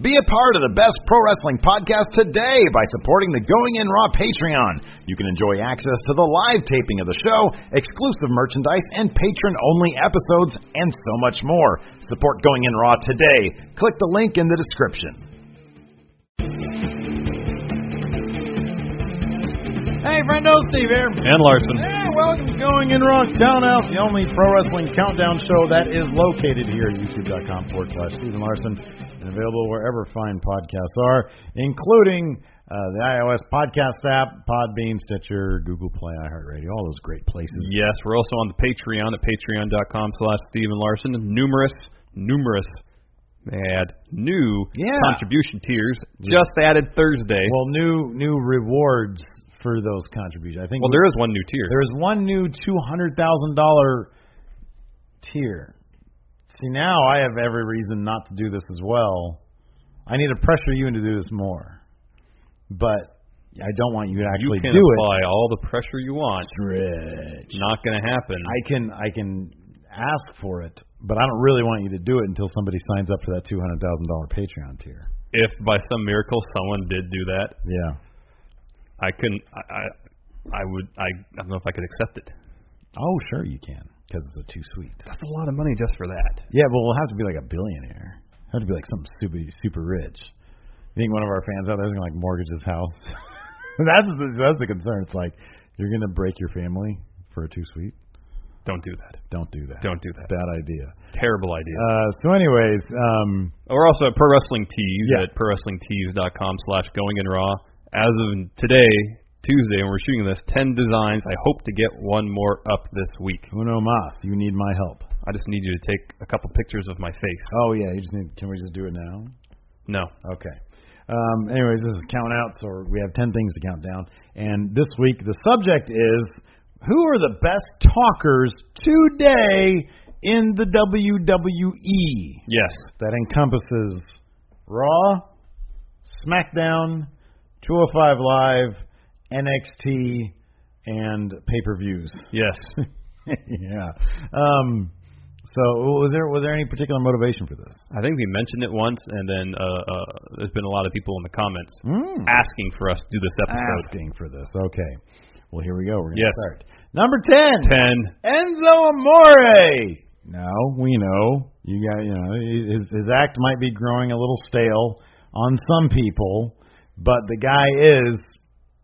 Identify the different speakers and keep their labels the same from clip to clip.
Speaker 1: Be a part of the best pro wrestling podcast today by supporting the Going In Raw Patreon. You can enjoy access to the live taping of the show, exclusive merchandise, and patron only episodes, and so much more. Support Going In Raw today. Click the link in the description. Hey, friendo, Steve here.
Speaker 2: And Larson.
Speaker 1: Hey, welcome to Going In Raw Countdown, the only pro wrestling countdown show that is located here at youtube.com forward slash Stephen Larson and available wherever fine podcasts are, including uh, the iOS podcast app, Podbean, Stitcher, Google Play, iHeartRadio, all those great places.
Speaker 2: Yes, we're also on the Patreon at patreon.com slash Stephen Larson. Numerous, numerous, mad, new
Speaker 1: Yeah.
Speaker 2: contribution tiers just added Thursday. Well,
Speaker 1: Well, new new rewards for those contributions. I think
Speaker 2: there is one new tier.
Speaker 1: There's one new two hundred thousand dollar tier. See, now I have every reason not to do this as well. I need to pressure you into do this more, but I don't want you to
Speaker 2: You
Speaker 1: actually
Speaker 2: can
Speaker 1: do
Speaker 2: apply all the pressure you want.
Speaker 1: it. Rich.
Speaker 2: Not going to happen.
Speaker 1: I can I can ask for it, but I don't really want you to do it until somebody signs up for that two hundred thousand dollar Patreon tier.
Speaker 2: if by some miracle someone did do that,
Speaker 1: Yeah,
Speaker 2: I couldn't. I, I, I would. I, I don't know if I could accept it.
Speaker 1: Oh, sure you can, because it's a too sweet.
Speaker 2: That's a lot of money just for that.
Speaker 1: Yeah, but we'll have to be like a billionaire. Have to be like something super super rich. You think one of our fans out there is gonna like mortgage his house? that's the, that's the concern. It's like you're gonna break your family for a too sweet.
Speaker 2: Don't do that.
Speaker 1: Don't do that.
Speaker 2: Don't do that.
Speaker 1: Bad idea.
Speaker 2: Terrible idea.
Speaker 1: Uh, so, anyways, um,
Speaker 2: We're also at Pro Wrestling Tees
Speaker 1: Yeah.
Speaker 2: at prowrestlingtees.com slash going in raw. As of today, Tuesday, when we're shooting this, 10 designs. I hope to get one more up this week.
Speaker 1: Uno Mas, you need my help.
Speaker 2: I just need you to take a couple pictures of my face.
Speaker 1: Oh yeah, you just need. Can we just do it now?
Speaker 2: No.
Speaker 1: Okay. Um, anyways, this is count out, so we have ten things to count down. And this week the subject is who are the best talkers today in the WWE?
Speaker 2: Yes.
Speaker 1: That encompasses Raw, SmackDown, 205 Live, NXT, and pay-per-views.
Speaker 2: Yes.
Speaker 1: yeah. Um, so was there was there any particular motivation for this?
Speaker 2: I think we mentioned it once, and then uh, uh, there's been a lot of people in the comments
Speaker 1: Hmm.
Speaker 2: asking for us to do this episode.
Speaker 1: asking for this. Okay. Well, here we go. We're going to
Speaker 2: Ah. Yes.
Speaker 1: start. Number 10,
Speaker 2: 10.
Speaker 1: Enzo Amore. Now, we know you got, you know, his his act might be growing a little stale on some people, but the guy is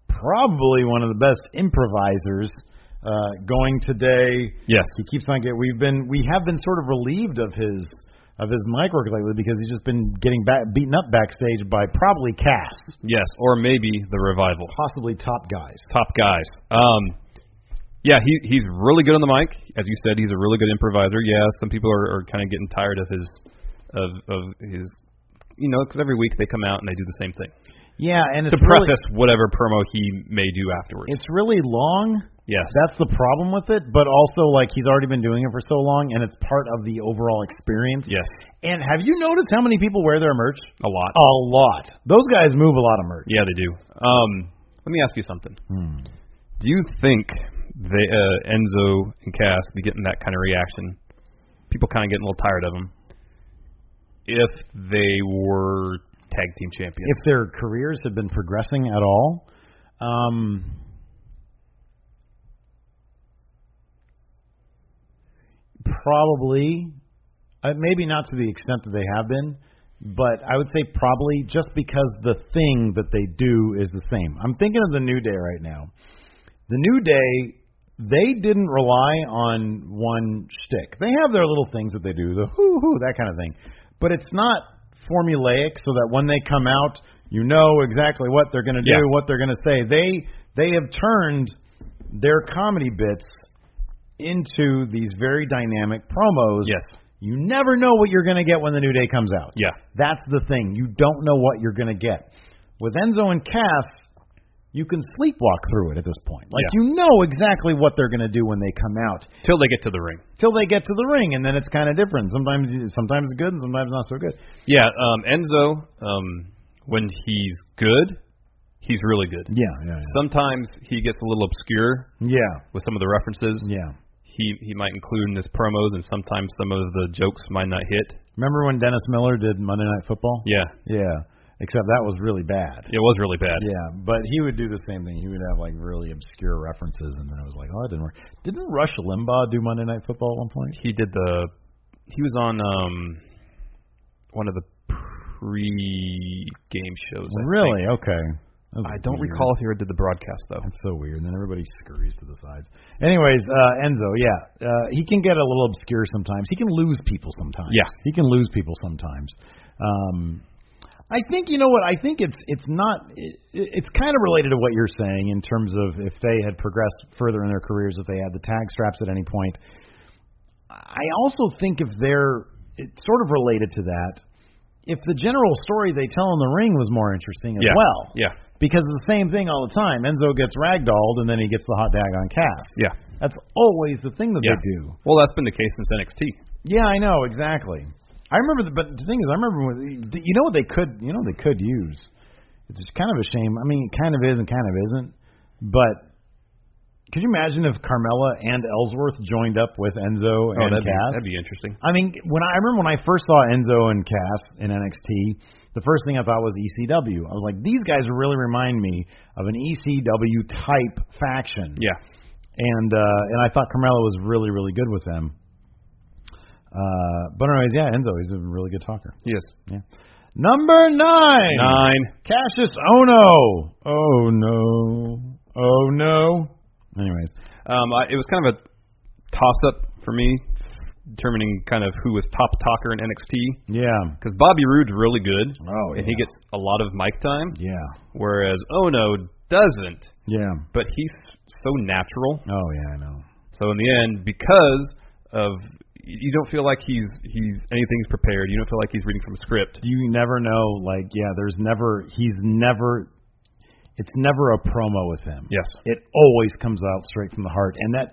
Speaker 1: probably one of the best improvisers uh going today.
Speaker 2: Yes.
Speaker 1: He keeps on getting we've been we have been sort of relieved of his of his mic work lately because he's just been getting back beaten up backstage by probably Cass,
Speaker 2: Yes. Or maybe the revival.
Speaker 1: possibly top guys.
Speaker 2: top guys. Um, yeah, he he's really good on the mic. As you said, he's a really good improviser. Yeah, some people are, are kind of getting tired of his of of his, you know, because every week they come out and they do the same thing
Speaker 1: Yeah, and
Speaker 2: to
Speaker 1: it's really,
Speaker 2: preface whatever promo he may do afterwards.
Speaker 1: it's really long.
Speaker 2: yes,
Speaker 1: That's the problem with it, but also like he's already been doing it for so long and it's part of the overall experience.
Speaker 2: yes,
Speaker 1: And have you noticed how many people wear their merch?
Speaker 2: a lot.
Speaker 1: A lot. Those guys move a lot of merch.
Speaker 2: Yeah, they do. Um, let me ask you something.
Speaker 1: Hmm.
Speaker 2: Do you think they uh, Enzo and Cass be getting that kind of reaction? People kind of getting a little tired of them. If they were tag team champions,
Speaker 1: If their careers have been progressing at all, um probably uh, maybe not to the extent that they have been, but I would say probably just because the thing that they do is the same. I'm thinking of the New Day right now. The New Day, they didn't rely on one shtick. They have their little things that they do, the hoo hoo, that kind of thing. But it's not formulaic so that when they come out, you know exactly what they're going to do,
Speaker 2: Yeah.
Speaker 1: what they're going to say. They they have turned their comedy bits into these very dynamic promos
Speaker 2: Yes.
Speaker 1: You never know what you're going to get when the new day comes out.
Speaker 2: Yeah.
Speaker 1: That's the thing. You don't know what you're going to get. With Enzo and Cass, you can sleepwalk through it at this point. Like
Speaker 2: Yeah.
Speaker 1: you know exactly what they're going to do when they come out
Speaker 2: Till they get to the ring.
Speaker 1: till they get to the ring and then it's kind of different. Sometimes sometimes good and sometimes not so good.
Speaker 2: Yeah, um, Enzo, um, when he's good, he's really good.
Speaker 1: Yeah, yeah.
Speaker 2: Sometimes he gets a little obscure
Speaker 1: Yeah.
Speaker 2: with some of the references.
Speaker 1: Yeah.
Speaker 2: He he might include in his promos, and sometimes some of the jokes might not hit.
Speaker 1: Remember when Dennis Miller did Monday Night Football?
Speaker 2: Yeah,
Speaker 1: Yeah. Except that was really bad.
Speaker 2: it was really bad.
Speaker 1: Yeah, but he would do the same thing. He would have like really obscure references, and then it was like, oh, that didn't work. Didn't Rush Limbaugh do Monday Night Football at one point?
Speaker 2: He did the he was on um one of the pre-game shows. I
Speaker 1: Really?
Speaker 2: think.
Speaker 1: Okay. That was
Speaker 2: I don't
Speaker 1: weird.
Speaker 2: recall if he ever did the broadcast though.
Speaker 1: That's so weird. And then everybody scurries to the sides. Anyways, uh, Enzo, yeah, uh, he can get a little obscure sometimes. He can lose people sometimes.
Speaker 2: Yeah.
Speaker 1: he can lose people sometimes. Um, I think you know what I think it's it's not it, it's kind of related to what you're saying in terms of if they had progressed further in their careers if they had the tag straps at any point. I also think if they're it's sort of related to that if the general story they tell in the ring was more interesting as
Speaker 2: Yeah.
Speaker 1: well.
Speaker 2: Yeah.
Speaker 1: Because it's the same thing all the time. Enzo gets ragdolled and then he gets the hot dag on Cass.
Speaker 2: Yeah.
Speaker 1: That's always the thing that
Speaker 2: Yeah.
Speaker 1: they do.
Speaker 2: Well, that's been the case since NXT.
Speaker 1: Yeah, I know exactly. I remember the but the thing is I remember when, you know what they could you know what they could use. It's just kind of a shame. I mean, it kind of is and kind of isn't. But could you imagine if Carmella and Ellsworth joined up with Enzo
Speaker 2: Oh,
Speaker 1: and
Speaker 2: that'd be,
Speaker 1: Cass?
Speaker 2: that'd be interesting.
Speaker 1: I mean, when I, I remember when I first saw Enzo and Cass in NXT, the first thing I thought was ECW. I was like, these guys really remind me of an ECW type faction.
Speaker 2: Yeah.
Speaker 1: And uh, and I thought Carmelo was really really good with them. Uh, but anyways, yeah, Enzo, he's a really good talker.
Speaker 2: Yes.
Speaker 1: Yeah. Number nine.
Speaker 2: Nine.
Speaker 1: Cassius Ono. Oh no. Oh no. Anyways,
Speaker 2: Um, I, it was kind of a toss-up for me, determining kind of who was top talker in NXT.
Speaker 1: yeah.
Speaker 2: Because Bobby Roode's really good,
Speaker 1: Oh,
Speaker 2: and he
Speaker 1: yeah.
Speaker 2: gets a lot of mic time,
Speaker 1: Yeah.
Speaker 2: whereas Ono doesn't.
Speaker 1: Yeah.
Speaker 2: But he's so natural.
Speaker 1: Oh yeah, I know.
Speaker 2: So in the end, because of you don't feel like he's he's anything's prepared. You don't feel like he's reading from a script.
Speaker 1: you never know like yeah there's never he's never it's never a promo with him
Speaker 2: Yes.
Speaker 1: it always comes out straight from the heart and that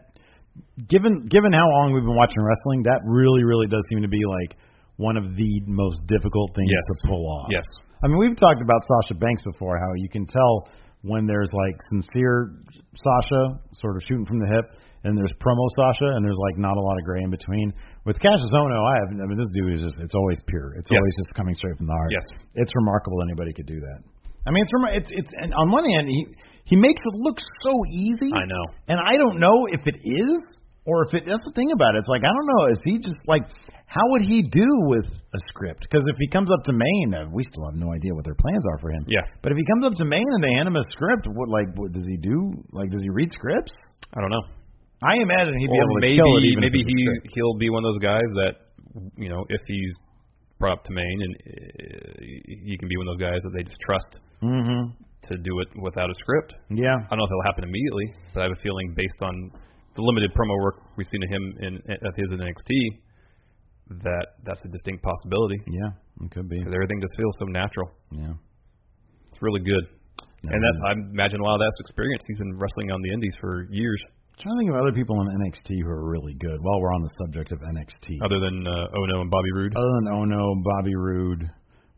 Speaker 1: given given how long we've been watching wrestling that really really does seem to be like one of the most difficult things
Speaker 2: Yes.
Speaker 1: to pull off
Speaker 2: Yes.
Speaker 1: i mean we've talked about sasha banks before how you can tell when there's like sincere sasha sort of shooting from the hip and there's promo sasha and there's like not a lot of gray in between with Cassius Ohno, I have I mean this dude is just it's always pure. It's
Speaker 2: Yes.
Speaker 1: always just coming straight from the heart.
Speaker 2: Yes.
Speaker 1: It's remarkable anybody could do that. I mean, it's remi- it's it's and on one hand he he makes it look so easy.
Speaker 2: I know.
Speaker 1: And I don't know if it is or if it that's the thing about it. It's like I don't know. Is he just like how would he do with a script? Because if he comes up to Maine, uh, we still have no idea what their plans are for him.
Speaker 2: Yeah.
Speaker 1: But if he comes up to Maine and they hand him a script, what like what does he do? Like does he read scripts?
Speaker 2: I don't know.
Speaker 1: I imagine he'd be
Speaker 2: or
Speaker 1: able to
Speaker 2: maybe
Speaker 1: kill it. Even if
Speaker 2: maybe
Speaker 1: it's a
Speaker 2: he
Speaker 1: script.
Speaker 2: he'll be one of those guys that you know if he's brought up to Maine and uh, he can be one of those guys that they just trust
Speaker 1: Mm-hmm.
Speaker 2: to do it without a script.
Speaker 1: Yeah.
Speaker 2: I don't know if it'll happen immediately, but I have a feeling based on the limited promo work we've seen of him in of his in NXT that that's a distinct possibility
Speaker 1: Hmm. Yeah, it could be.
Speaker 2: because everything just feels so natural.
Speaker 1: Yeah.
Speaker 2: It's really good.
Speaker 1: No,
Speaker 2: and that's I
Speaker 1: it's-
Speaker 2: imagine a lot of that's experience. He's been wrestling on the indies for years,
Speaker 1: trying to think of other people in NXT who are really good. While we're on the subject of NXT,
Speaker 2: other than uh, Ono and Bobby Roode.
Speaker 1: other than Ono, Bobby Roode,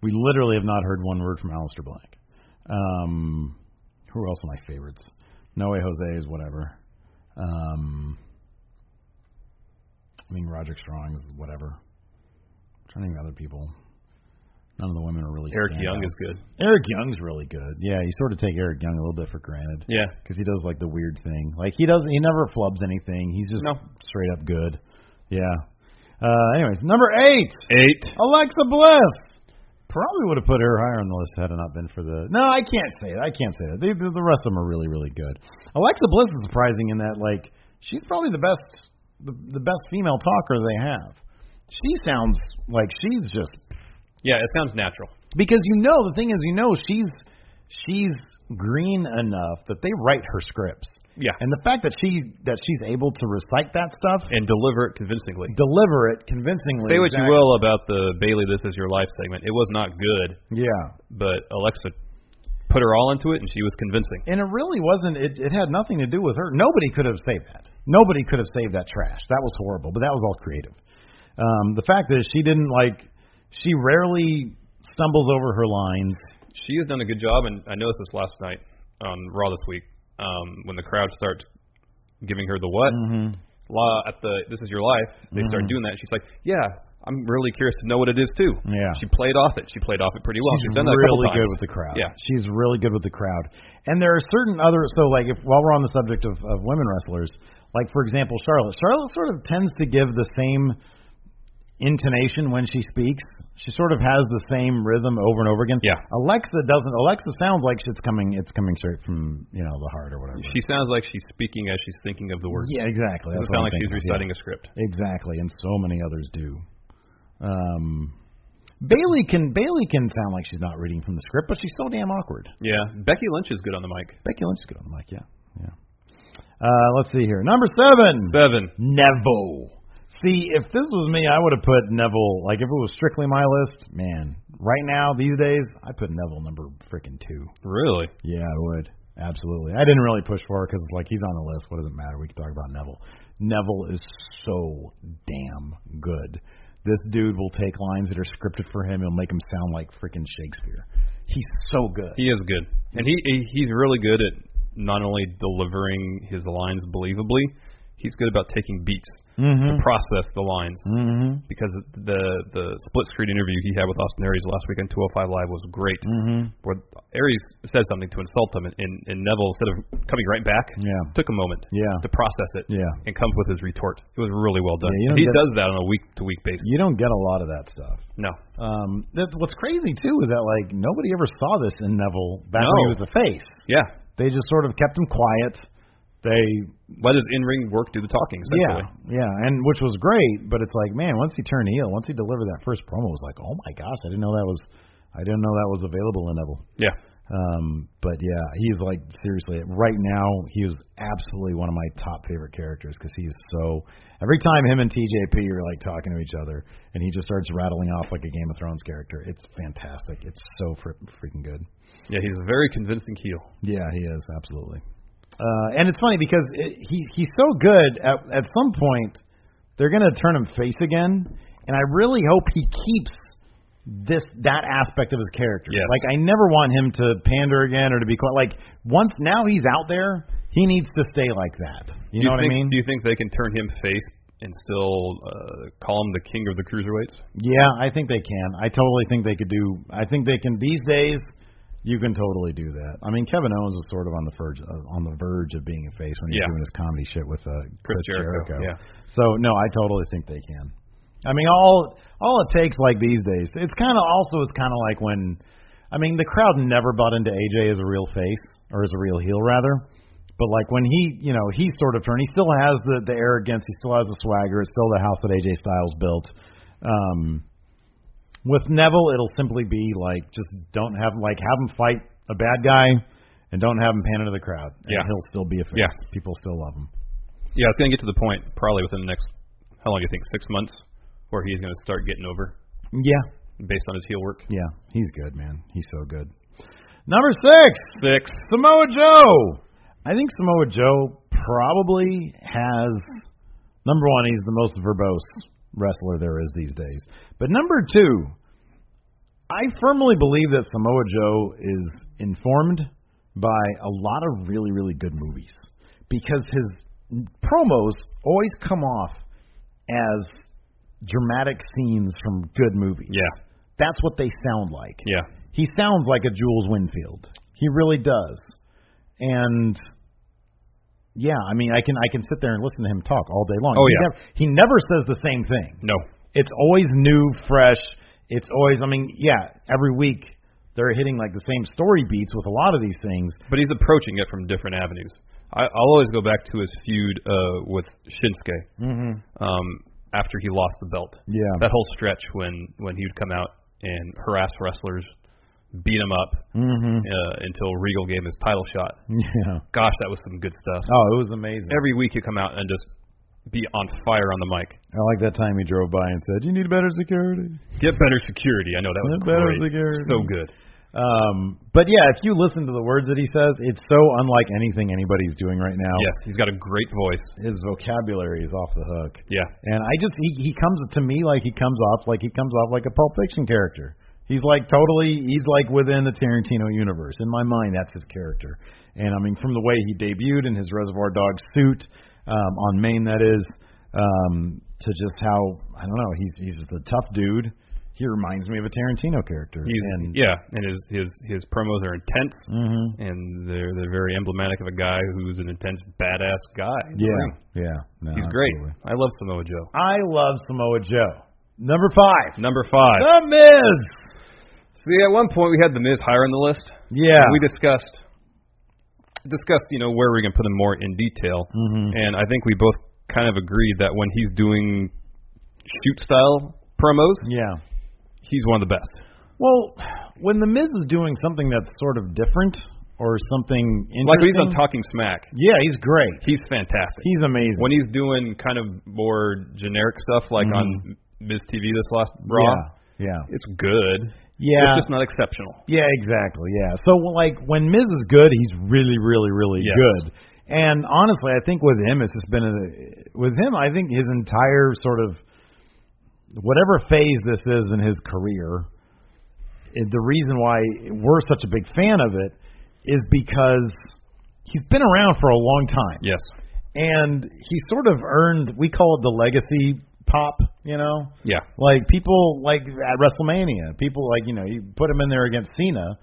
Speaker 1: we literally have not heard one word from Aleister Black. Um, who are also my favorites? Noe Jose is whatever. Um, I mean Roger Strong is whatever. I'm trying to think of other people. None of the women are really.
Speaker 2: Eric
Speaker 1: standouts.
Speaker 2: Young is good.
Speaker 1: Eric Young's really good. Yeah, you sort of take Eric Young a little bit for granted.
Speaker 2: Yeah.
Speaker 1: because he does like the weird thing. Like he doesn't, he never flubs anything. He's just
Speaker 2: No.
Speaker 1: straight up good. Yeah. Uh, anyways, number eight,
Speaker 2: Eight.
Speaker 1: Alexa Bliss. Probably would have put her higher on the list had it not been for the. No, I can't say it. I can't say that. They, the the rest of them are really, really good. Alexa Bliss is surprising in that like she's probably the best, the, the best female talker they have. She sounds like she's just
Speaker 2: Yeah, it sounds natural.
Speaker 1: because you know the thing is you know she's she's green enough that they write her scripts
Speaker 2: Yeah.
Speaker 1: And the fact that she that she's able to recite that stuff
Speaker 2: and deliver it convincingly.
Speaker 1: deliver it convincingly.
Speaker 2: Say what you
Speaker 1: exactly-
Speaker 2: will about the Bailey This Is Your Life segment. It was not good,
Speaker 1: Yeah.
Speaker 2: but Alexa put her all into it, and she was convincing.
Speaker 1: And it really wasn't it, it had nothing to do with her. Nobody could have saved that. Nobody could have saved that trash. That was horrible, but that was all creative. Um the fact is she didn't like she rarely stumbles over her lines.
Speaker 2: She has done a good job, and I noticed this last night on Raw this week um, when the crowd starts giving her the what.
Speaker 1: Mm-hmm.
Speaker 2: La at the This Is Your Life, they start doing that. and She's like, Yeah, I'm really curious to know what it is too.
Speaker 1: Yeah.
Speaker 2: she played off it. She played off it pretty well. She's,
Speaker 1: She's
Speaker 2: done that a couple
Speaker 1: really
Speaker 2: times.
Speaker 1: good with the crowd.
Speaker 2: Yeah,
Speaker 1: she's really good with the crowd. And there are certain other so like if while we're on the subject of, of women wrestlers, like for example Charlotte. Charlotte sort of tends to give the same intonation when she speaks. She sort of has the same rhythm over and over again.
Speaker 2: Yeah.
Speaker 1: Alexa doesn't. Alexa sounds like it's coming. It's coming straight from you know the heart or whatever.
Speaker 2: she sounds like she's speaking as she's thinking of the words.
Speaker 1: yeah, exactly.
Speaker 2: Doesn't
Speaker 1: That's
Speaker 2: sound
Speaker 1: what
Speaker 2: like
Speaker 1: I'm
Speaker 2: she's
Speaker 1: thinking.
Speaker 2: reciting a script.
Speaker 1: Yeah. Exactly, and so many others do. Um. Bailey can Bailey can sound like she's not reading from the script, but she's so damn awkward.
Speaker 2: Yeah, Becky Lynch is good on the mic.
Speaker 1: Becky Lynch is good on the mic, yeah. Yeah. Uh, let's see here. Number seven.
Speaker 2: Seven.
Speaker 1: Neville. See, if this was me, I would have put Neville. Like, if it was strictly my list, man, right now, these days, I put Neville number freaking two.
Speaker 2: Really?
Speaker 1: Yeah, I would. Absolutely. I didn't really push for it because, like, he's on the list. What does it matter? We can talk about Neville. Neville is so damn good. This dude will take lines that are scripted for him. He'll make them sound like freaking Shakespeare. He's so good.
Speaker 2: He is good, and he he- he's really good at not only delivering his lines believably, he's good about taking beats to process the lines.
Speaker 1: Mm-hmm.
Speaker 2: Because the the split screen interview he had with Austin Aries last week on 205 Live was great. Mm-hmm. Where Aries said something to insult him, and, and, and Neville instead of coming right back,
Speaker 1: Yeah.
Speaker 2: took a moment
Speaker 1: Yeah.
Speaker 2: to process it,
Speaker 1: Yeah.
Speaker 2: and come up with his retort. It was really well done.
Speaker 1: Yeah, you don't
Speaker 2: he
Speaker 1: get-
Speaker 2: does that on a week to week basis.
Speaker 1: You don't get a lot of that stuff.
Speaker 2: no,
Speaker 1: Um, that, what's crazy too is that like nobody ever saw this in Neville back
Speaker 2: No.
Speaker 1: when he was a face.
Speaker 2: yeah.
Speaker 1: They just sort of kept him quiet. They
Speaker 2: Let his in ring work do the talking.
Speaker 1: yeah
Speaker 2: Essentially.
Speaker 1: yeah, and which was great. But it's like man, once he turned heel, once he delivered that first promo, it was like oh my gosh, I didn't know that was I didn't know that was available in Neville.
Speaker 2: Yeah.
Speaker 1: Um, but yeah, he's like seriously right now he is absolutely one of my top favorite characters because he is so. Every time him and TJP are like talking to each other, and he just starts rattling off like a Game of Thrones character. It's fantastic. It's so fr- freaking good.
Speaker 2: Yeah, he's a very convincing heel.
Speaker 1: Yeah, he is absolutely. Uh, and it's funny because it, he he's so good at at some point they're gonna turn him face again, and I really hope he keeps this that aspect of his character.
Speaker 2: Yes.
Speaker 1: Like I never want him to pander again or to be quite like once now he's out there he needs to stay like that. You, know
Speaker 2: do
Speaker 1: what
Speaker 2: think,
Speaker 1: I mean?
Speaker 2: Do you think they can turn him face and still uh, call him the king of the cruiserweights?
Speaker 1: yeah, I think they can. I totally think they could do. I think they can these days. You can totally do that. I mean, Kevin Owens was sort of on the verge uh, on the verge of being a face when he was
Speaker 2: Yeah.
Speaker 1: doing his comedy shit with uh, Chris,
Speaker 2: Jericho, yeah.
Speaker 1: So no, I totally think they can. I mean, all all it takes like these days. It's kind of also it's kind of like when, I mean, the crowd never bought into AJ as a real face or as a real heel rather. But like when he, you know, he sort of turned. He still has the the arrogance. He still has the swagger. It's still the house that AJ Styles built. Um, with Neville, it'll simply be like just don't have like have him fight a bad guy and don't have him pan into the crowd. And
Speaker 2: Yeah.
Speaker 1: he'll still be a face.
Speaker 2: Yeah.
Speaker 1: People still love him.
Speaker 2: Yeah, it's going to get to the point probably within the next how long do you think? Six months, where he's going to start getting over
Speaker 1: Yeah,
Speaker 2: based on his heel work.
Speaker 1: Yeah, he's good, man. He's so good. Number six,
Speaker 2: Six.
Speaker 1: Samoa Joe. I think Samoa Joe probably has number one. He's the most verbose wrestler there is these days. But number two, I firmly believe that Samoa Joe is informed by a lot of really, really good movies because his promos always come off as dramatic scenes from good movies.
Speaker 2: Yeah,
Speaker 1: That's what they sound like.
Speaker 2: yeah.
Speaker 1: He sounds like a Jules Winfield. He really does. And yeah, I mean, I can I can sit there and listen to him talk all day long.
Speaker 2: Oh,
Speaker 1: he
Speaker 2: yeah.
Speaker 1: Never, he never says the same thing.
Speaker 2: No.
Speaker 1: It's always new, fresh. It's always, I mean, yeah, every week they're hitting like the same story beats with a lot of these things.
Speaker 2: But he's approaching it from different avenues. I, I'll always go back to his feud uh, with Shinsuke um, after he lost the belt.
Speaker 1: Mm-hmm. Yeah.
Speaker 2: That whole stretch when when he would come out and harass wrestlers, beat him up
Speaker 1: Mm-hmm.
Speaker 2: uh, until Regal gave him his title shot.
Speaker 1: Yeah.
Speaker 2: Gosh, that was some good stuff.
Speaker 1: Oh, it was amazing.
Speaker 2: Every week he'd come out and just be on fire on the mic.
Speaker 1: I like that time he drove by and said, "You need better security."
Speaker 2: Get better security. I know that was
Speaker 1: Get better
Speaker 2: great.
Speaker 1: security.
Speaker 2: So good.
Speaker 1: Um, but yeah, if you listen to the words that he says, it's so unlike anything anybody's doing right now.
Speaker 2: Yes, he's got a great voice.
Speaker 1: His vocabulary is off the hook.
Speaker 2: Yeah.
Speaker 1: And I just he he comes to me like he comes off like he comes off like a Pulp Fiction character. He's like totally he's like within the Tarantino universe. In my mind, that's his character. And I mean, from the way he debuted in his Reservoir Dogs suit um, on Maine, that is, um, to just how I don't know he's he's just a tough dude. He reminds me of a Tarantino character.
Speaker 2: He's,
Speaker 1: and
Speaker 2: yeah, and his his his promos are intense,
Speaker 1: Mhm.
Speaker 2: and they're they're very emblematic of a guy who's an intense badass guy. in the ring.
Speaker 1: yeah, yeah. No,
Speaker 2: he's great.
Speaker 1: absolutely.
Speaker 2: I love Samoa Joe.
Speaker 1: I love Samoa Joe. Number five,
Speaker 2: Number five.
Speaker 1: The Miz.
Speaker 2: See, at one point we had the Miz higher on the list.
Speaker 1: Yeah,
Speaker 2: We discussed discussed you know where we can put him more in detail,
Speaker 1: Mm-hmm.
Speaker 2: and I think we both kind of agreed that when he's doing shoot style promos,
Speaker 1: yeah.
Speaker 2: he's one of the best.
Speaker 1: Well, when the Miz is doing something that's sort of different or something interesting,
Speaker 2: Like when he's on Talking Smack,
Speaker 1: yeah, he's great.
Speaker 2: he's fantastic.
Speaker 1: He's amazing.
Speaker 2: when he's doing kind of more generic stuff like on Ms. TV this last Raw,
Speaker 1: yeah, yeah,
Speaker 2: it's good.
Speaker 1: yeah,
Speaker 2: It's just not exceptional.
Speaker 1: yeah, exactly, yeah. So like when Miz is good, he's really, really, really
Speaker 2: Yes.
Speaker 1: good. And honestly, I think with him, it's just been a, with him. I think his entire sort of whatever phase this is in his career, it- the reason why we're such a big fan of it is because he's been around for a long time.
Speaker 2: Yes.
Speaker 1: and he sort of earned we call it the legacy pop, you know?
Speaker 2: Yeah.
Speaker 1: Like people like at WrestleMania, people like, you know, you put him in there against Cena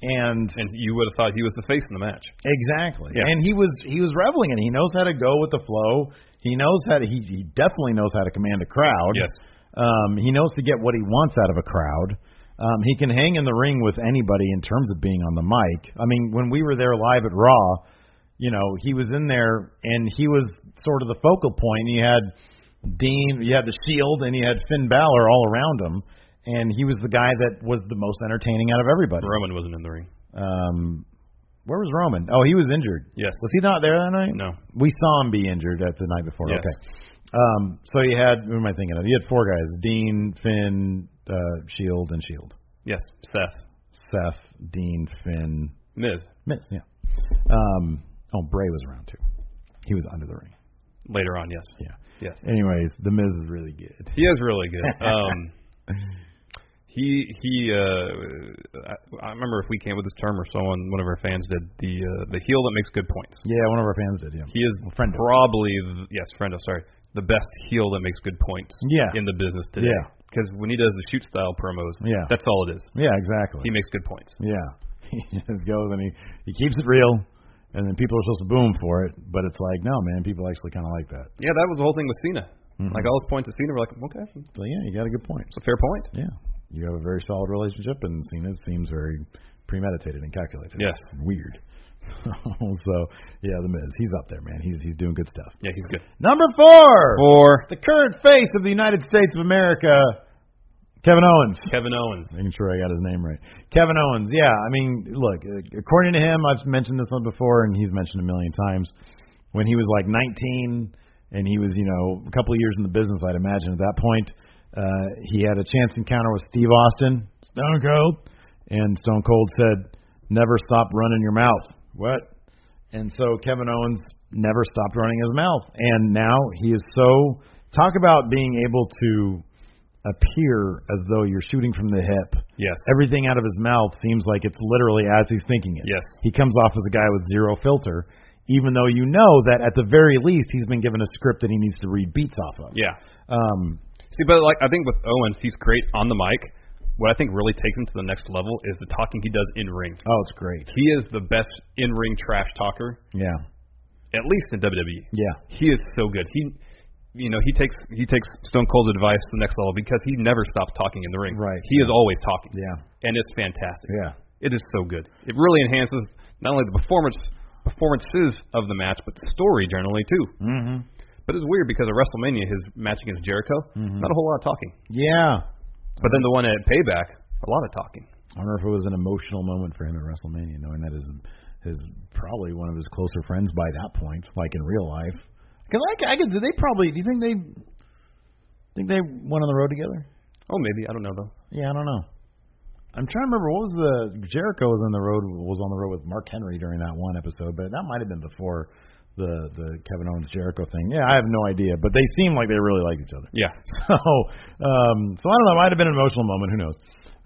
Speaker 1: and
Speaker 2: And you would have thought he was the face in the match.
Speaker 1: exactly.
Speaker 2: Yeah.
Speaker 1: And he was he was reveling in it. He knows how to go with the flow. He knows how to he, he definitely knows how to command a crowd.
Speaker 2: Yes.
Speaker 1: Um he knows to get what he wants out of a crowd. Um he can hang in the ring with anybody in terms of being on the mic. I mean, when we were there live at Raw, you know, he was in there and he was sort of the focal point. He had Dean, he had the Shield, and he had Finn Balor all around him, and he was the guy that was the most entertaining out of everybody.
Speaker 2: Roman wasn't in the ring.
Speaker 1: Um, where was Roman? Oh, he was injured.
Speaker 2: Yes.
Speaker 1: Was he not there that night?
Speaker 2: No.
Speaker 1: We saw him be injured at the night before.
Speaker 2: Yes.
Speaker 1: Okay. Um, so you had who am I thinking of? You had four guys: Dean, Finn, uh, Shield, and Shield.
Speaker 2: Yes. Seth.
Speaker 1: Seth, Dean, Finn,
Speaker 2: Miz.
Speaker 1: Miz. Yeah. Um, oh, Bray was around too. He was under the ring.
Speaker 2: Later on, yes.
Speaker 1: Yeah.
Speaker 2: Yes.
Speaker 1: Anyways, the Miz is really good.
Speaker 2: He is really good. Um, he he. Uh, I, I remember if we came up with this term or someone, one of our fans did the uh, the heel that makes good points.
Speaker 1: Yeah, one of our fans did. Yeah.
Speaker 2: He is
Speaker 1: Friendo.
Speaker 2: probably the, yes, friend. Sorry, the best heel that makes good points.
Speaker 1: Yeah.
Speaker 2: in the business today.
Speaker 1: Yeah.
Speaker 2: because when he does the shoot style promos,
Speaker 1: Yeah.
Speaker 2: that's all it is.
Speaker 1: yeah, exactly.
Speaker 2: He makes good points.
Speaker 1: yeah, he just goes and he he keeps it real, and then people are supposed to boom for it, but it's like no, man, people actually kind of like that.
Speaker 2: Yeah, that was the whole thing with Cena. Like all his points to Cena were like, okay, it's
Speaker 1: So yeah, you got a good point.
Speaker 2: a fair point.
Speaker 1: Yeah, you have a very solid relationship, and Cena seems very premeditated and calculated.
Speaker 2: Yes.
Speaker 1: weird. so yeah, the Miz, he's up there, man. He's he's doing good stuff.
Speaker 2: Yeah, he's good.
Speaker 1: Number four,
Speaker 2: Or
Speaker 1: the current face of the United States of America, Kevin Owens.
Speaker 2: Kevin Owens.
Speaker 1: making sure I got his name right. Kevin Owens. Yeah, I mean, look, uh, according to him, I've mentioned this one before, and he's mentioned a million times. When he was like 19, and he was, you know, a couple of years in the business, I'd imagine at that point, uh, he had a chance encounter with Steve Austin, Stone Cold, and Stone Cold said, "Never stop running your mouth." What? And so Kevin Owens never stopped running his mouth, and now he is so talk about being able to appear as though you're shooting from the hip.
Speaker 2: Yes.
Speaker 1: Everything out of his mouth seems like it's literally as he's thinking it.
Speaker 2: Yes.
Speaker 1: He comes off as a guy with zero filter, even though you know that at the very least he's been given a script that he needs to read beats off of.
Speaker 2: Yeah.
Speaker 1: Um,
Speaker 2: See, but like I think with Owens, he's great on the mic. What I think really takes him to the next level is the talking he does in ring.
Speaker 1: oh, it's great.
Speaker 2: He is the best in ring trash talker,
Speaker 1: Yeah.
Speaker 2: at least in E. WWE.
Speaker 1: Yeah.
Speaker 2: He is so good. He, you know, he takes he takes Stone Cold's advice to the next level because he never stops talking in the ring.
Speaker 1: Right.
Speaker 2: He is always talking.
Speaker 1: Yeah.
Speaker 2: And it's fantastic.
Speaker 1: Yeah.
Speaker 2: It is so good. It really enhances not only the performance performances of the match, but the story generally too. Mm-hmm. But it's weird because at WrestleMania, his match against Jericho, not a whole lot of talking.
Speaker 1: Yeah.
Speaker 2: But then the one at Payback, a lot of talking.
Speaker 1: I wonder if it was an emotional moment for him at WrestleMania, knowing that his his probably one of his closer friends by that point, like in real life. Because I, I could, they probably. Do you think they think they went on the road together?
Speaker 2: Oh, maybe I don't know though.
Speaker 1: Yeah, I don't know. I'm trying to remember what was the Jericho was on the road was on the road with Mark Henry during that one episode, but that might have been before the the Kevin Owens Jericho thing. Yeah, I have no idea, but they seem like they really liked each other.
Speaker 2: Yeah,
Speaker 1: So, um, so I don't know. It might have been an emotional moment. Who knows?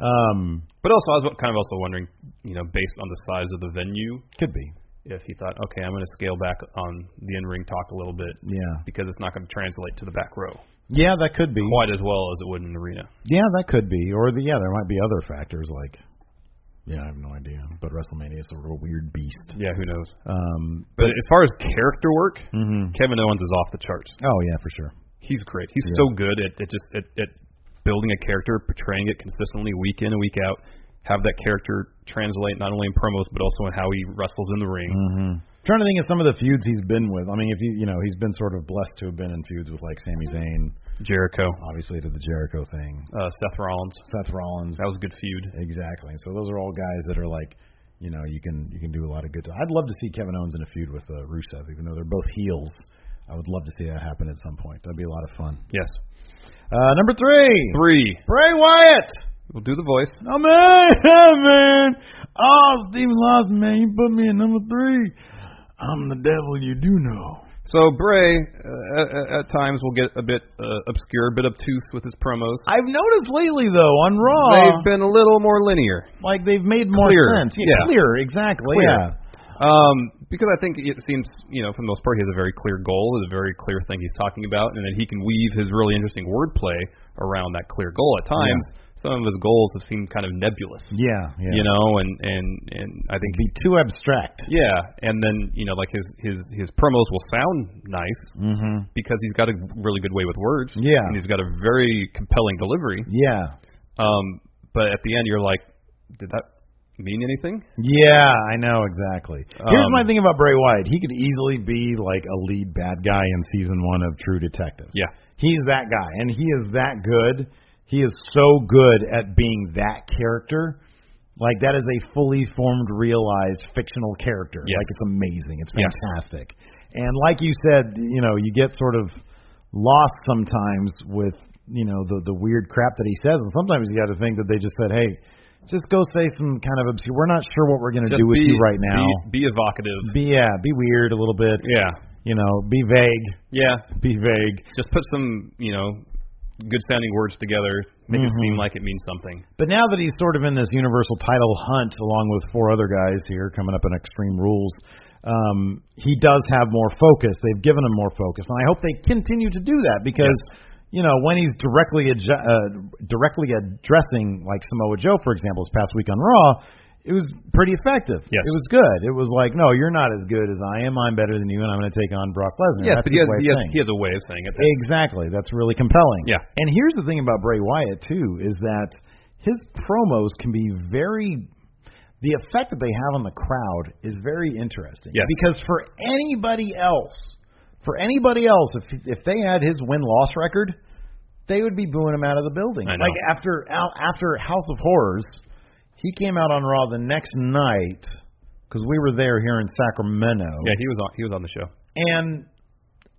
Speaker 1: Um,
Speaker 2: but also I was kind of also wondering, you know, based on the size of the venue,
Speaker 1: could be.
Speaker 2: if he thought, okay, I'm going to scale back on the in-ring talk a little bit
Speaker 1: Yeah.
Speaker 2: because it's not going to translate to the back row
Speaker 1: Yeah, that could be.
Speaker 2: quite as well as it would in an arena.
Speaker 1: Yeah, that could be. Or the yeah, there might be other factors like. Yeah, I have no idea. But WrestleMania is sort of a weird beast.
Speaker 2: Yeah, who knows?
Speaker 1: Um,
Speaker 2: But as far as character work,
Speaker 1: mhm.
Speaker 2: Kevin Owens is off the charts.
Speaker 1: Oh yeah, for sure.
Speaker 2: He's great. He's
Speaker 1: Yeah.
Speaker 2: so good at, at just at, at building a character, portraying it consistently week in and week out. Have that character translate not only in promos but also in how he wrestles in the ring.
Speaker 1: Trying to think of some of the feuds he's been with. I mean, if you you know, he's been sort of blessed to have been in feuds with like Sami Zayn,
Speaker 2: Jericho,
Speaker 1: obviously to the Jericho thing,
Speaker 2: uh, Seth Rollins,
Speaker 1: Seth Rollins.
Speaker 2: that was a good feud.
Speaker 1: Exactly. So those are all guys that are like, you know, you can you can do a lot of good. I'd love to see Kevin Owens in a feud with uh, Rusev, even though they're both heels. I would love to see that happen at some point. That'd be a lot of fun.
Speaker 2: Yes.
Speaker 1: Uh, number three,
Speaker 2: Three.
Speaker 1: Bray Wyatt.
Speaker 2: We'll do the voice.
Speaker 1: Oh man, oh, man. Oh, Steven Lawson, man, you put me in number three. I'm the devil you do know.
Speaker 2: So Bray, uh, at, at times, will get a bit uh, obscure, a bit obtuse with his promos.
Speaker 1: I've noticed lately though on Raw,
Speaker 2: They've been a little more linear,
Speaker 1: like they've made more
Speaker 2: Clear.
Speaker 1: sense.
Speaker 2: Yeah.
Speaker 1: clear, exactly.
Speaker 2: Clear.
Speaker 1: Yeah.
Speaker 2: um, because I think it seems, you know, for the most part, he has a very clear goal, a very clear thing he's talking about, and then he can weave his really interesting wordplay around that clear goal. At times, some of his goals have seemed kind of nebulous,
Speaker 1: yeah, yeah.
Speaker 2: you know, and and and I think
Speaker 1: be too abstract.
Speaker 2: yeah, and then you know, like his his his promos will sound nice
Speaker 1: Mm-hmm.
Speaker 2: because he's got a really good way with words,
Speaker 1: Yeah.
Speaker 2: and he's got a very compelling delivery.
Speaker 1: Yeah.
Speaker 2: Um, but at the end, you're like, did that mean anything?
Speaker 1: Yeah, I know exactly. Here's
Speaker 2: Um,
Speaker 1: my thing about Bray Wyatt. He could easily be like a lead bad guy in season one of True Detective.
Speaker 2: Yeah.
Speaker 1: He's that guy, and he is that good. He is so good at being that character. Like that is a fully formed, realized fictional character.
Speaker 2: Yes.
Speaker 1: Like it's amazing. It's
Speaker 2: Yes.
Speaker 1: fantastic. And like you said, you know, you get sort of lost sometimes with you know the the weird crap that he says, and sometimes you got to think that they just said, hey. Just go say some kind of obscure. We're not sure what we're going to do with you right now.
Speaker 2: Be, be evocative.
Speaker 1: Be, yeah, be weird a little bit.
Speaker 2: yeah.
Speaker 1: You know, be vague.
Speaker 2: Yeah.
Speaker 1: Be vague.
Speaker 2: Just put some, you know, good sounding words together, make it
Speaker 1: Mhm.
Speaker 2: seem like it means something.
Speaker 1: But now that he's sort of in this universal title hunt along with four other guys here coming up in Extreme Rules, um, he does have more focus. They've given him more focus, and I hope they continue to do that because. You know, when he's directly adju- uh, directly addressing like Samoa Joe, for example, this past week on Raw, it was pretty effective.
Speaker 2: Yes.
Speaker 1: It was good. It was like, no, you're not as good as I am. I'm better than you, and I'm going to take on Brock Lesnar.
Speaker 2: Yes,
Speaker 1: That's
Speaker 2: but he
Speaker 1: his
Speaker 2: has,
Speaker 1: way of
Speaker 2: he, has,
Speaker 1: saying it.
Speaker 2: he has a way of saying it.
Speaker 1: Exactly. That's really compelling.
Speaker 2: Yeah.
Speaker 1: And here's the thing about Bray Wyatt too is that his promos can be very the effect that they have on the crowd is very interesting.
Speaker 2: Yes.
Speaker 1: Because for anybody else, for anybody else if if they had his win-loss record, they would be booing him out of the building.
Speaker 2: I know.
Speaker 1: Like after out- after House of Horrors, he came out on Raw the next night cuz we were there here in Sacramento
Speaker 2: Yeah, he was on he was on the show.
Speaker 1: and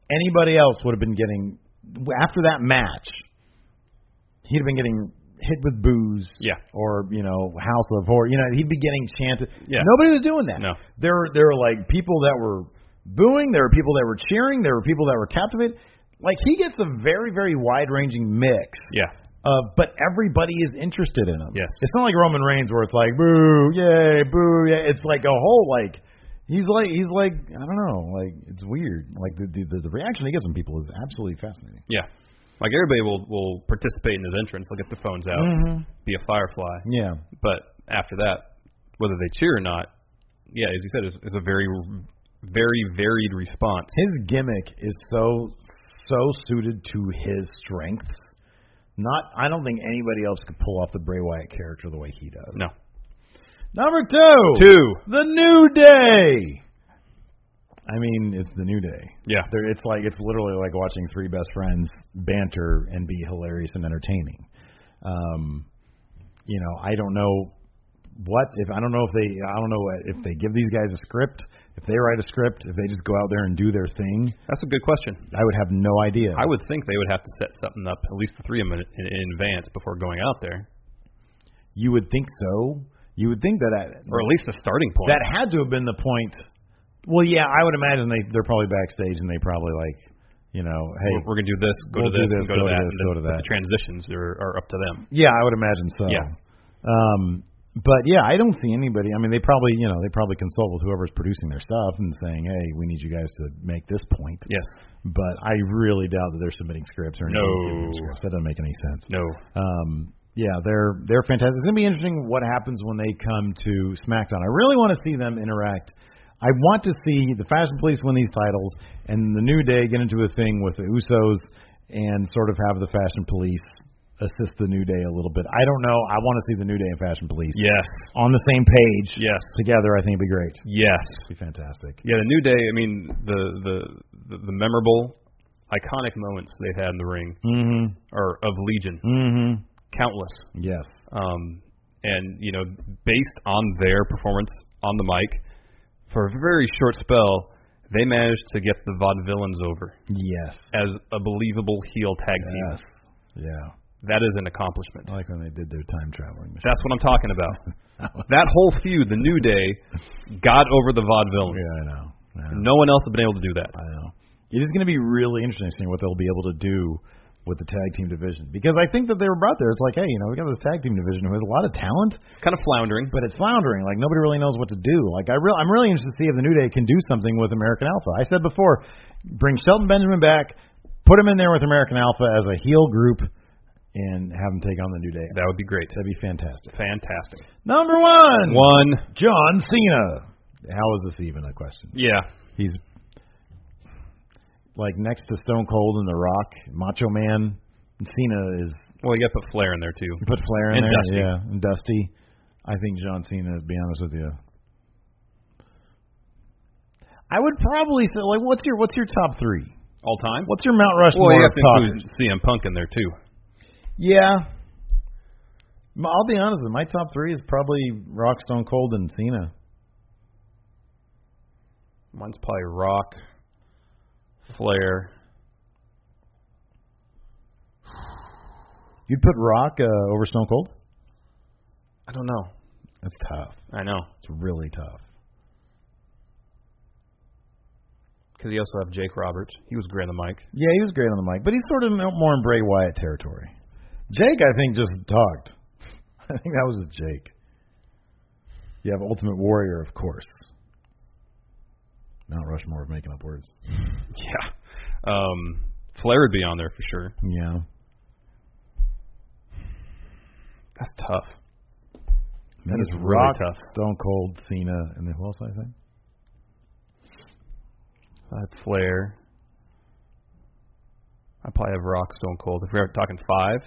Speaker 1: anybody else would have been getting after that match. He'd have been getting hit with booze,
Speaker 2: Yeah.
Speaker 1: or you know, house of horror. You know, he'd be getting chanted.
Speaker 2: Yeah.
Speaker 1: nobody was doing that.
Speaker 2: No.
Speaker 1: there were there were like people that were booing. There were people that were cheering. There were people that were captivated. Like he gets a very very wide ranging mix
Speaker 2: Yeah.
Speaker 1: of, Uh, but everybody is interested in him.
Speaker 2: Yes.
Speaker 1: it's not like Roman Reigns where it's like boo, yay, boo, yeah. It's like a whole like he's like he's like I don't know, like it's weird. Like the the, the reaction he gets from people is absolutely fascinating.
Speaker 2: Yeah. Like everybody will will participate in his entrance, they'll get their phones out,
Speaker 1: Mm-hmm.
Speaker 2: be a firefly.
Speaker 1: Yeah,
Speaker 2: But after that, whether they cheer or not, yeah, as you said, is, is a very, very varied response.
Speaker 1: his gimmick is so so suited to his strengths. Not, I don't think anybody else could pull off the Bray Wyatt character the way he does.
Speaker 2: No.
Speaker 1: Number two,
Speaker 2: Two.
Speaker 1: the New Day. I mean, it's the New Day.
Speaker 2: Yeah.
Speaker 1: They're, it's like it's literally like watching three best friends banter and be hilarious and entertaining. Um, you know, I don't know what if I don't know if they I don't know what if they give these guys a script, if they write a script, if they just go out there and do their thing.
Speaker 2: That's a good question.
Speaker 1: I would have no idea.
Speaker 2: I would think they would have to set something up at least the three of them in, in, in advance before going out there,
Speaker 1: you would think so. You would think that that,
Speaker 2: or at least a starting point.
Speaker 1: that had to have been the point. Well, yeah, I would imagine they they're probably backstage and they probably like, you know, hey,
Speaker 2: we're, we're gonna do this, go
Speaker 1: We'll
Speaker 2: to
Speaker 1: do
Speaker 2: this,
Speaker 1: this,
Speaker 2: and go,
Speaker 1: go
Speaker 2: to
Speaker 1: to
Speaker 2: that,
Speaker 1: this,
Speaker 2: and
Speaker 1: go
Speaker 2: the-
Speaker 1: to
Speaker 2: but
Speaker 1: that.
Speaker 2: The transitions are, are up to them.
Speaker 1: Yeah, I would imagine so.
Speaker 2: Yeah.
Speaker 1: Um, but yeah, I don't see anybody. I mean, they probably, you know, they probably consult with whoever's producing their stuff and saying, "Hey, we need you guys to make this point."
Speaker 2: Yes.
Speaker 1: But I really doubt that they're submitting scripts or anything.
Speaker 2: No.
Speaker 1: giving them Scripts. That doesn't make any sense.
Speaker 2: No.
Speaker 1: Um, yeah, they're they're fantastic. It's gonna be interesting what happens when they come to SmackDown. I really want to see them interact. I want to see the Fashion Police win these titles and the New Day get into a thing with the Usos and sort of have the Fashion Police assist the New Day a little bit. I don't know. I want to see the New Day and Fashion Police
Speaker 2: Yes.
Speaker 1: on the same page
Speaker 2: Yes.
Speaker 1: together. I think it'd be great.
Speaker 2: Yes.
Speaker 1: It'd be fantastic.
Speaker 2: Yeah, the New Day. I mean, the the the, the memorable, iconic moments they've had in the ring
Speaker 1: Mhm.
Speaker 2: are of Legion, Mm-hmm.
Speaker 1: Mhm.
Speaker 2: countless.
Speaker 1: Yes.
Speaker 2: Um, and you know, based on their performance on the mic, for a very short spell, they managed to get the Vaudevillains over
Speaker 1: Yes.
Speaker 2: as a believable heel tag team.
Speaker 1: Yes. Yeah.
Speaker 2: That is an accomplishment.
Speaker 1: I like when they did their time traveling.
Speaker 2: That's what I'm talking about. that whole feud, the New Day, got over the Vaudevillains.
Speaker 1: Yeah, I know. I know.
Speaker 2: No one else has been able to do that.
Speaker 1: I know. It is going to be really interesting seeing what they'll be able to do with the tag team division because I think that they were brought there. It's like, hey, you know, we got this tag team division who has a lot of talent,
Speaker 2: It's kind of floundering.
Speaker 1: but it's floundering. Like nobody really knows what to do. Like I real, I'm really interested to see if the New Day can do something with American Alpha. I said before, bring Shelton Benjamin back, put him in there with American Alpha as a heel group, and have him take on the New Day.
Speaker 2: That would be great.
Speaker 1: That'd be fantastic.
Speaker 2: Fantastic.
Speaker 1: Number one,
Speaker 2: One.
Speaker 1: John Cena. How is this even a question?
Speaker 2: Yeah.
Speaker 1: He's like next to Stone Cold and The Rock, Macho Man. And Cena is
Speaker 2: Well, you got to put Flair in there too.
Speaker 1: put Flair in
Speaker 2: And
Speaker 1: there,
Speaker 2: Dusty.
Speaker 1: yeah, and Dusty. I think John Cena. To be honest with you, I would probably say like, what's your what's your top three?
Speaker 2: All time.
Speaker 1: What's your Mount Rushmore
Speaker 2: well, you
Speaker 1: of
Speaker 2: have to
Speaker 1: talkers?
Speaker 2: include CM Punk in there too.
Speaker 1: Yeah. M- I'll be honest with you, my top three is probably Rock, Stone Cold, and Cena.
Speaker 2: Mine's probably Rock, Flair.
Speaker 1: You'd put Rock uh, over Stone Cold?
Speaker 2: I don't know.
Speaker 1: That's tough.
Speaker 2: I know
Speaker 1: It's really tough.
Speaker 2: because you also have Jake Roberts. He was great on the mic.
Speaker 1: Yeah, he was great on the mic, but he's sort of more in Bray Wyatt territory. Jake, I think, just talked. I think that was a Jake. You have Ultimate Warrior, of course. Mount Rushmore of making up words.
Speaker 2: Yeah. Um, Flair would be on there for sure.
Speaker 1: Yeah.
Speaker 2: That's tough.
Speaker 1: That
Speaker 2: is really tough.
Speaker 1: Stone Cold, Cena, and then who else I think?
Speaker 2: I'd Flair. I probably have Rock, Stone Cold. If we're talking five.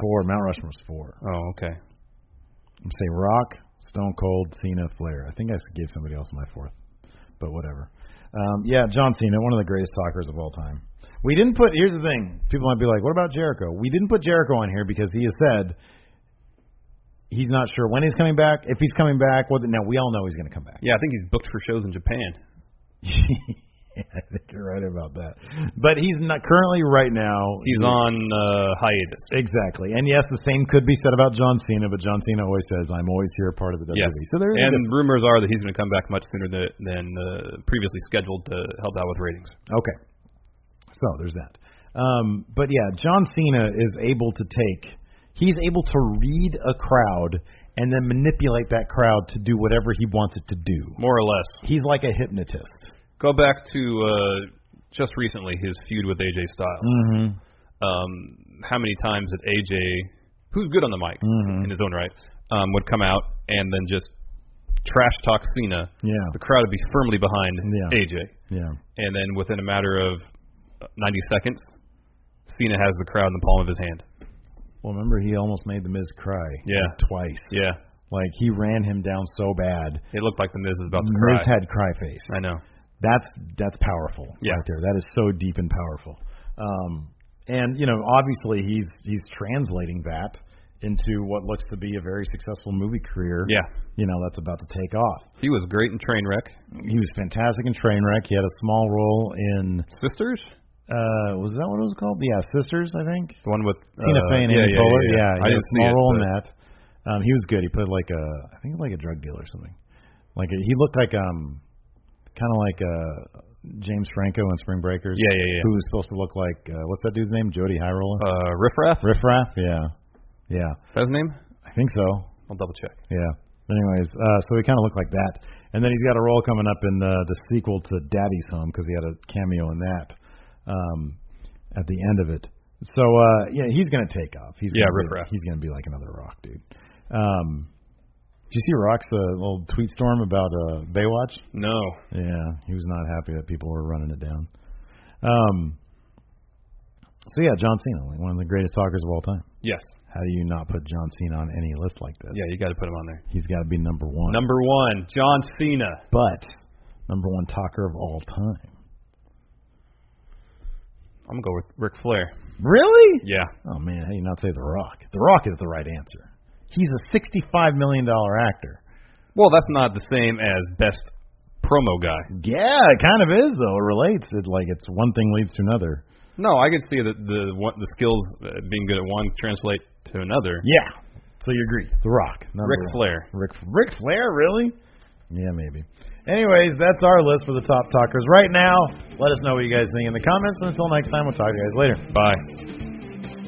Speaker 1: Four. Mount Rushmore's four.
Speaker 2: Oh, okay.
Speaker 1: I'm saying Rock, Stone Cold, Cena, Flair. I think I gave somebody else my fourth, but whatever. Um, yeah, John Cena, one of the greatest talkers of all time. We didn't put. Here's the thing: people might be like, "What about Jericho?" We didn't put Jericho on here because he has said he's not sure when he's coming back. If he's coming back, well, now we all know he's going to come back.
Speaker 2: Yeah, I think he's booked for shows in Japan.
Speaker 1: I think you're right about that. But he's not currently right now.
Speaker 2: He's on uh, hiatus.
Speaker 1: Exactly, and yes, the same could be said about John Cena. But John Cena always says, "I'm always here, part of the WWE."
Speaker 2: Yes.
Speaker 1: So there is a
Speaker 2: and
Speaker 1: difference.
Speaker 2: rumors are that he's going to come back much sooner than, than uh, previously scheduled to help out with ratings.
Speaker 1: Okay. So there's that. Um, but yeah, John Cena is able to take, he's able to read a crowd and then manipulate that crowd to do whatever he wants it to do.
Speaker 2: More or less.
Speaker 1: He's like a hypnotist.
Speaker 2: Go back to uh, just recently his feud with AJ Styles.
Speaker 1: Mm-hmm.
Speaker 2: Um, how many times did AJ, who's good on the mic
Speaker 1: Mm-hmm.
Speaker 2: in his own right, um, would come out and then just trash talk Cena?
Speaker 1: Yeah.
Speaker 2: The crowd would be firmly behind
Speaker 1: Yeah.
Speaker 2: AJ.
Speaker 1: Yeah.
Speaker 2: And then within a matter of 90 seconds, Cena has the crowd in the palm of his hand.
Speaker 1: Well, remember he almost made the Miz cry.
Speaker 2: Yeah.
Speaker 1: like, twice.
Speaker 2: Yeah.
Speaker 1: Like he ran him down so bad.
Speaker 2: It looked like the Miz is about to cry.
Speaker 1: Miz had cry face.
Speaker 2: I know.
Speaker 1: That's that's powerful
Speaker 2: Yeah.
Speaker 1: right there. That is so deep and powerful. Um, and you know, obviously he's he's translating that into what looks to be a very successful movie career.
Speaker 2: Yeah.
Speaker 1: You know, that's about to take off.
Speaker 2: He was great in Trainwreck.
Speaker 1: He was fantastic in Trainwreck. He had a small role in
Speaker 2: Sisters,
Speaker 1: uh was that what it was called? Yeah, Sisters, I think.
Speaker 2: the one with
Speaker 1: Tina
Speaker 2: uh,
Speaker 1: Fey and
Speaker 2: yeah,
Speaker 1: Amy
Speaker 2: yeah,
Speaker 1: Poehler.
Speaker 2: Yeah, yeah.
Speaker 1: he
Speaker 2: I didn't
Speaker 1: had a
Speaker 2: see
Speaker 1: small
Speaker 2: it,
Speaker 1: role in
Speaker 2: but
Speaker 1: that. Um, he was good. He played like a, I think like a drug dealer or something. Like a, he looked like um, kind of like uh, James Franco in Spring Breakers.
Speaker 2: Yeah, yeah, yeah.
Speaker 1: Who was supposed to look like uh, what's that dude's name? Jody Highroller.
Speaker 2: Uh, Riff Raff.
Speaker 1: Riff Raff. Yeah, yeah.
Speaker 2: Is that his name?
Speaker 1: I think so.
Speaker 2: I'll double check.
Speaker 1: Yeah. Anyways, uh, so he kind of looked like that, and then he's got a role coming up in uh, the the sequel to Daddy's Home because he had a cameo in that um, at the end of it. So uh, yeah, he's gonna take off. He's
Speaker 2: Yeah,
Speaker 1: gonna
Speaker 2: Riff
Speaker 1: be,
Speaker 2: Raff.
Speaker 1: he's gonna be like another Rock dude. Um, did you see Rock's uh, little tweet storm about uh, Baywatch?
Speaker 2: No.
Speaker 1: Yeah, he was not happy that people were running it down. Um, so yeah, John Cena, like one of the greatest talkers of all time.
Speaker 2: Yes.
Speaker 1: How do you not put John Cena on any list like this?
Speaker 2: Yeah, you got to put him on there.
Speaker 1: He's got to be number one.
Speaker 2: Number one, John Cena.
Speaker 1: but number one talker of all time.
Speaker 2: I'm gonna go with Ric Flair.
Speaker 1: Really?
Speaker 2: Yeah.
Speaker 1: Oh man, how do you not say The Rock? The Rock is the right answer. He's a sixty-five million dollar actor.
Speaker 2: Well, that's not the same as best promo guy.
Speaker 1: Yeah, it kind of is though. It relates. It like it's one thing leads to another.
Speaker 2: No, I could see that the one, the skills uh, being good at one translate to another.
Speaker 1: Yeah. So you agree? The Rock. number
Speaker 2: Ric
Speaker 1: one.
Speaker 2: Flair.
Speaker 1: Rick Rick Flair, really? Yeah, maybe. Anyways, that's our list for the top talkers right now. Let us know what you guys think in the comments. And until next time, we'll talk to you guys later.
Speaker 2: Bye.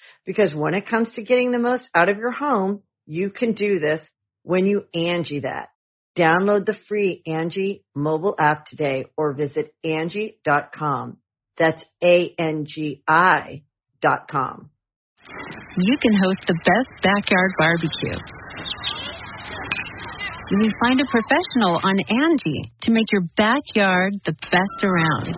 Speaker 3: Because when it comes to getting the most out of your home, you can do this when you Angie that. Download the free Angie mobile app today or visit Angie.com. That's A-N-G-I dot com.
Speaker 4: You can host the best backyard barbecue.
Speaker 5: You find a professional on Angie to make your backyard the best around.